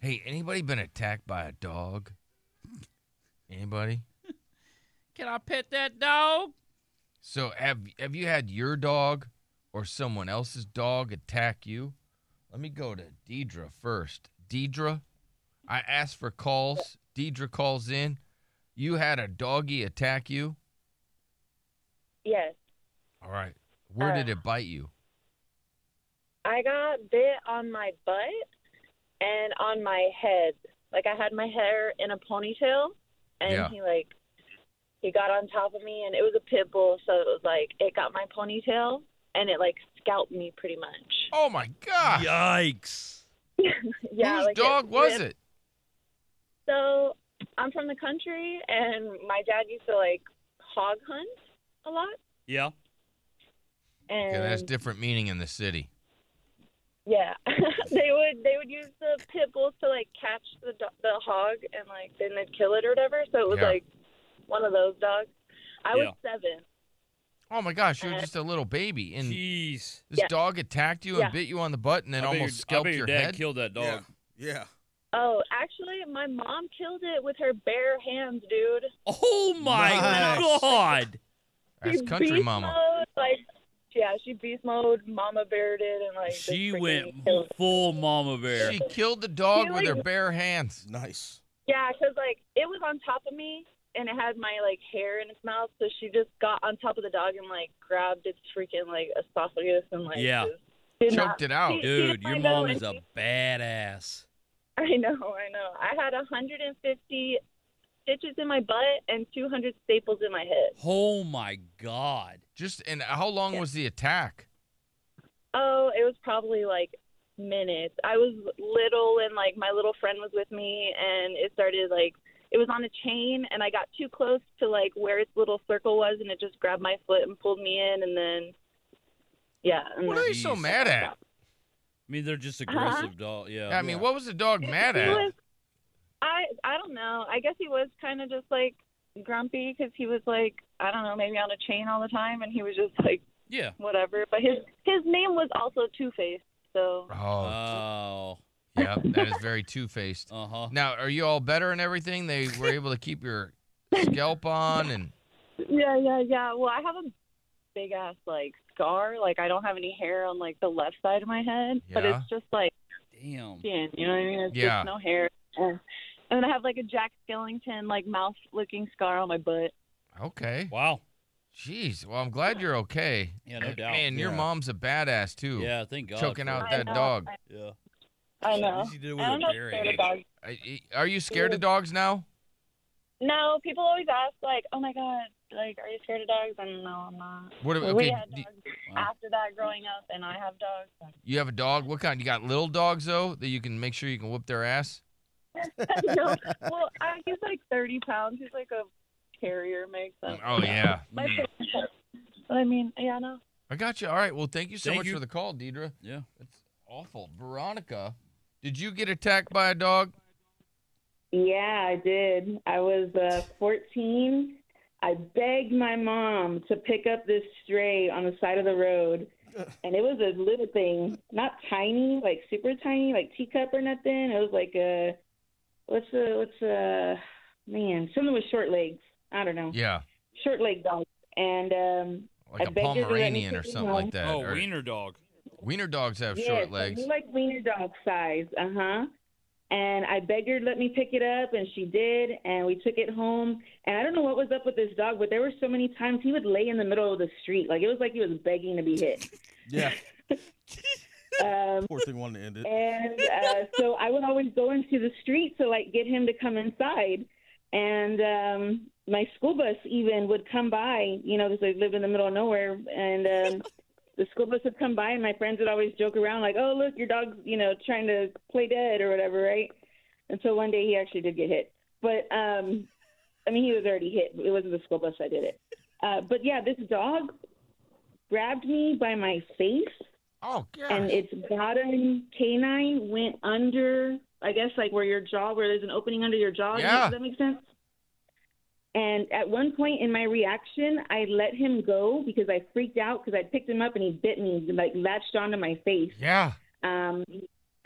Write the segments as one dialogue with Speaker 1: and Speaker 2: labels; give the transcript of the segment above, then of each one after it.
Speaker 1: Hey, anybody been attacked by a dog? Anybody?
Speaker 2: Can I pet that dog?
Speaker 1: So have have you had your dog or someone else's dog attack you? Let me go to Deidre first. Deidre, I asked for calls. Deidre calls in. You had a doggy attack you?
Speaker 3: Yes.
Speaker 1: All right. Where did
Speaker 3: Uh.
Speaker 1: it bite you?
Speaker 3: I got bit on my butt and on my head. Like I had my hair in a ponytail and
Speaker 1: Yeah.
Speaker 3: he like he got on top of me and it was a pit bull so it was like it got my ponytail and it like scalped me pretty much.
Speaker 1: Oh my
Speaker 4: Ah.
Speaker 1: god.
Speaker 4: Yikes.
Speaker 3: yeah,
Speaker 1: Whose
Speaker 3: like
Speaker 1: dog was
Speaker 3: ripped.
Speaker 1: it?
Speaker 3: So I'm from the country and my dad used to like hog hunt a lot
Speaker 4: Yeah.
Speaker 3: and
Speaker 1: Okay, that's different meaning in the city.
Speaker 3: Yeah, they would they would use the pit bulls to like catch the do- the hog and like then they'd kill it or whatever. So it was
Speaker 1: Yeah.
Speaker 3: like one of those dogs. I was seven.
Speaker 1: Oh my gosh, you were
Speaker 3: Uh,
Speaker 1: just a little baby and
Speaker 4: Jeez.
Speaker 1: this
Speaker 3: Yeah.
Speaker 1: dog attacked you
Speaker 3: Yeah.
Speaker 1: and bit you on the butt and then
Speaker 4: I bet your-
Speaker 1: almost
Speaker 4: I
Speaker 1: scalped
Speaker 4: bet your,
Speaker 1: your,
Speaker 4: dad
Speaker 1: head.
Speaker 4: killed that dog.
Speaker 5: Yeah.
Speaker 3: Oh, actually, my mom killed it with her bare hands, dude.
Speaker 4: Oh my
Speaker 5: Nice.
Speaker 4: god.
Speaker 1: That's
Speaker 3: She
Speaker 1: country
Speaker 3: beast
Speaker 1: mama.
Speaker 3: Mode, like, yeah, she beast mode, mama bared it, and like just
Speaker 4: She
Speaker 3: freaking
Speaker 4: went
Speaker 3: killed it.
Speaker 4: full mama bear.
Speaker 1: She killed the dog
Speaker 3: She,
Speaker 1: with her
Speaker 3: like-
Speaker 1: bare hands.
Speaker 5: Nice.
Speaker 3: Yeah, because like it was on top of me and it had my like hair in its mouth, so she just got on top of the dog and like grabbed its freaking like esophagus and like
Speaker 4: Yeah.
Speaker 3: just did not
Speaker 1: Choked it out.
Speaker 3: She-
Speaker 4: Dude, your
Speaker 3: I know,
Speaker 4: mom
Speaker 3: and
Speaker 4: is a
Speaker 3: she-
Speaker 4: badass.
Speaker 3: I know, I know. I had 150 stitches in my butt and 200 staples in my head.
Speaker 4: Oh my god.
Speaker 1: Just and how long
Speaker 3: Yeah.
Speaker 1: was the attack?
Speaker 3: Oh, it was probably like minutes. I was little and like my little friend was with me and it started like it was on a chain and I got too close to like where its little circle was and it just grabbed my foot and pulled me in and then yeah. and
Speaker 1: What
Speaker 3: then-
Speaker 1: are they so mad at?
Speaker 4: I mean, they're just
Speaker 3: Uh-huh.
Speaker 4: aggressive dog. Yeah.
Speaker 1: I mean, what was the dog mad
Speaker 3: He
Speaker 1: at?
Speaker 3: was- I I don't know. I guess he was kind of just like grumpy because he was like I don't know maybe on a chain all the time and he was just like
Speaker 4: yeah.
Speaker 3: whatever. But his his name was also Two Face, so
Speaker 1: Oh,
Speaker 4: Oh.
Speaker 1: yeah, that is very two faced.
Speaker 4: Uh huh.
Speaker 1: Now, are you all better and everything? They were able to keep your scalp on and
Speaker 3: yeah, yeah, yeah. Well, I have a big ass like scar. Like I don't have any hair on like the left side of my head, but
Speaker 1: Yeah.
Speaker 3: it's just like
Speaker 4: Damn.
Speaker 3: skin. You know what I mean? It's
Speaker 1: Yeah.
Speaker 3: just no hair. And and then I have like a Jack Skellington like mouth looking scar on my butt.
Speaker 1: okay.
Speaker 4: Wow.
Speaker 1: Jeez. Well, I'm glad you're okay.
Speaker 4: Yeah, no
Speaker 1: And,
Speaker 4: doubt.
Speaker 1: Man, your
Speaker 5: Yeah.
Speaker 1: mom's a badass too.
Speaker 4: Yeah. Thank God.
Speaker 1: Choking
Speaker 4: for
Speaker 1: out
Speaker 3: I
Speaker 1: that
Speaker 3: know,
Speaker 1: dog.
Speaker 3: I-
Speaker 4: Yeah.
Speaker 3: I know.
Speaker 4: She did it with
Speaker 3: I'm
Speaker 4: a
Speaker 3: not
Speaker 4: bare
Speaker 3: scared
Speaker 4: hand.
Speaker 3: of dogs.
Speaker 1: I- I- Are you scared of dogs now?
Speaker 3: No, people always ask like, "Oh my god, like, are you scared of dogs?" And no, I'm not.
Speaker 1: What? ab-
Speaker 3: we
Speaker 1: Okay.
Speaker 3: had
Speaker 1: do
Speaker 3: dogs
Speaker 4: Wow.
Speaker 3: after that growing up, and I have dogs.
Speaker 1: You have a dog? What kind? You got little dogs though that you can make sure you can whoop their ass.
Speaker 3: no, well, I, he's like 30 pounds. He's like a carrier mix. so-
Speaker 1: Oh yeah.
Speaker 3: My
Speaker 4: Mm.
Speaker 3: parents- but I mean, yeah, no.
Speaker 1: I got you. All right. Well, thank you so
Speaker 4: Thank
Speaker 1: much
Speaker 4: you.
Speaker 1: for the call, Deidre.
Speaker 4: Yeah.
Speaker 1: That's awful. Veronica, did you get attacked by a dog?
Speaker 6: Yeah, I did. I was uh, 14. I begged my mom to pick up this stray on the side of the road. And it was a little thing, not tiny, like super tiny, like teacup or nothing. It was like a, what's a, what's a, man, something with short legs. I don't know.
Speaker 1: Yeah.
Speaker 6: Short leg dog. And um,
Speaker 1: Like
Speaker 6: I
Speaker 1: a
Speaker 6: begged her to let me
Speaker 1: Pomeranian or
Speaker 6: sit
Speaker 1: something
Speaker 6: down.
Speaker 1: like that.
Speaker 4: Oh,
Speaker 1: or-
Speaker 4: wiener dog.
Speaker 1: wiener dogs have
Speaker 6: Yes,
Speaker 1: short
Speaker 6: I
Speaker 1: legs.
Speaker 6: do like wiener dog size, uh huh. And I begged her to let me pick it up, and she did. And we took it home. And I don't know what was up with this dog, but there were so many times he would lay in the middle of the street, like it was like he was begging to be hit.
Speaker 5: Yeah.
Speaker 6: Um,
Speaker 5: Poor thing wanted to end it.
Speaker 6: and uh, so I would always go into the street to like get him to come inside. And um, my school bus even would come by, you know, because I lived in the middle of nowhere. And um, the school bus would come by, and my friends would always joke around, like, oh, look, your dog's, you know, trying to play dead or whatever, right? Until one day he actually did get hit. But um, I mean, he was already hit. It wasn't the school bus that did it. Uh, but yeah, this dog grabbed me by my face
Speaker 1: Oh,
Speaker 6: and
Speaker 1: God.
Speaker 6: its bottom canine went under, I guess, like where your jaw, where there's an opening under your jaw.
Speaker 1: Yeah.
Speaker 6: Does that make sense? And at one point in my reaction, I let him go because I freaked out because I picked him up and he bit me, like latched onto my face.
Speaker 1: Yeah.
Speaker 6: Um,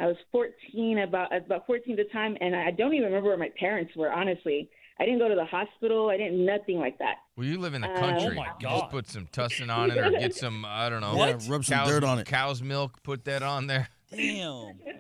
Speaker 6: I was 14, about about 14 at the time, and I don't even remember where my parents were. Honestly, I didn't go to the hospital. I didn't nothing like that.
Speaker 1: Well, you live in the
Speaker 6: Uh,
Speaker 1: country.
Speaker 6: Oh
Speaker 4: my
Speaker 1: You just
Speaker 4: God.
Speaker 1: put some tussin on it or get some, I don't know.
Speaker 4: What?
Speaker 5: Yeah, rub some
Speaker 1: cow's-
Speaker 5: dirt on it.
Speaker 1: Cow's milk, put that on there.
Speaker 4: Damn.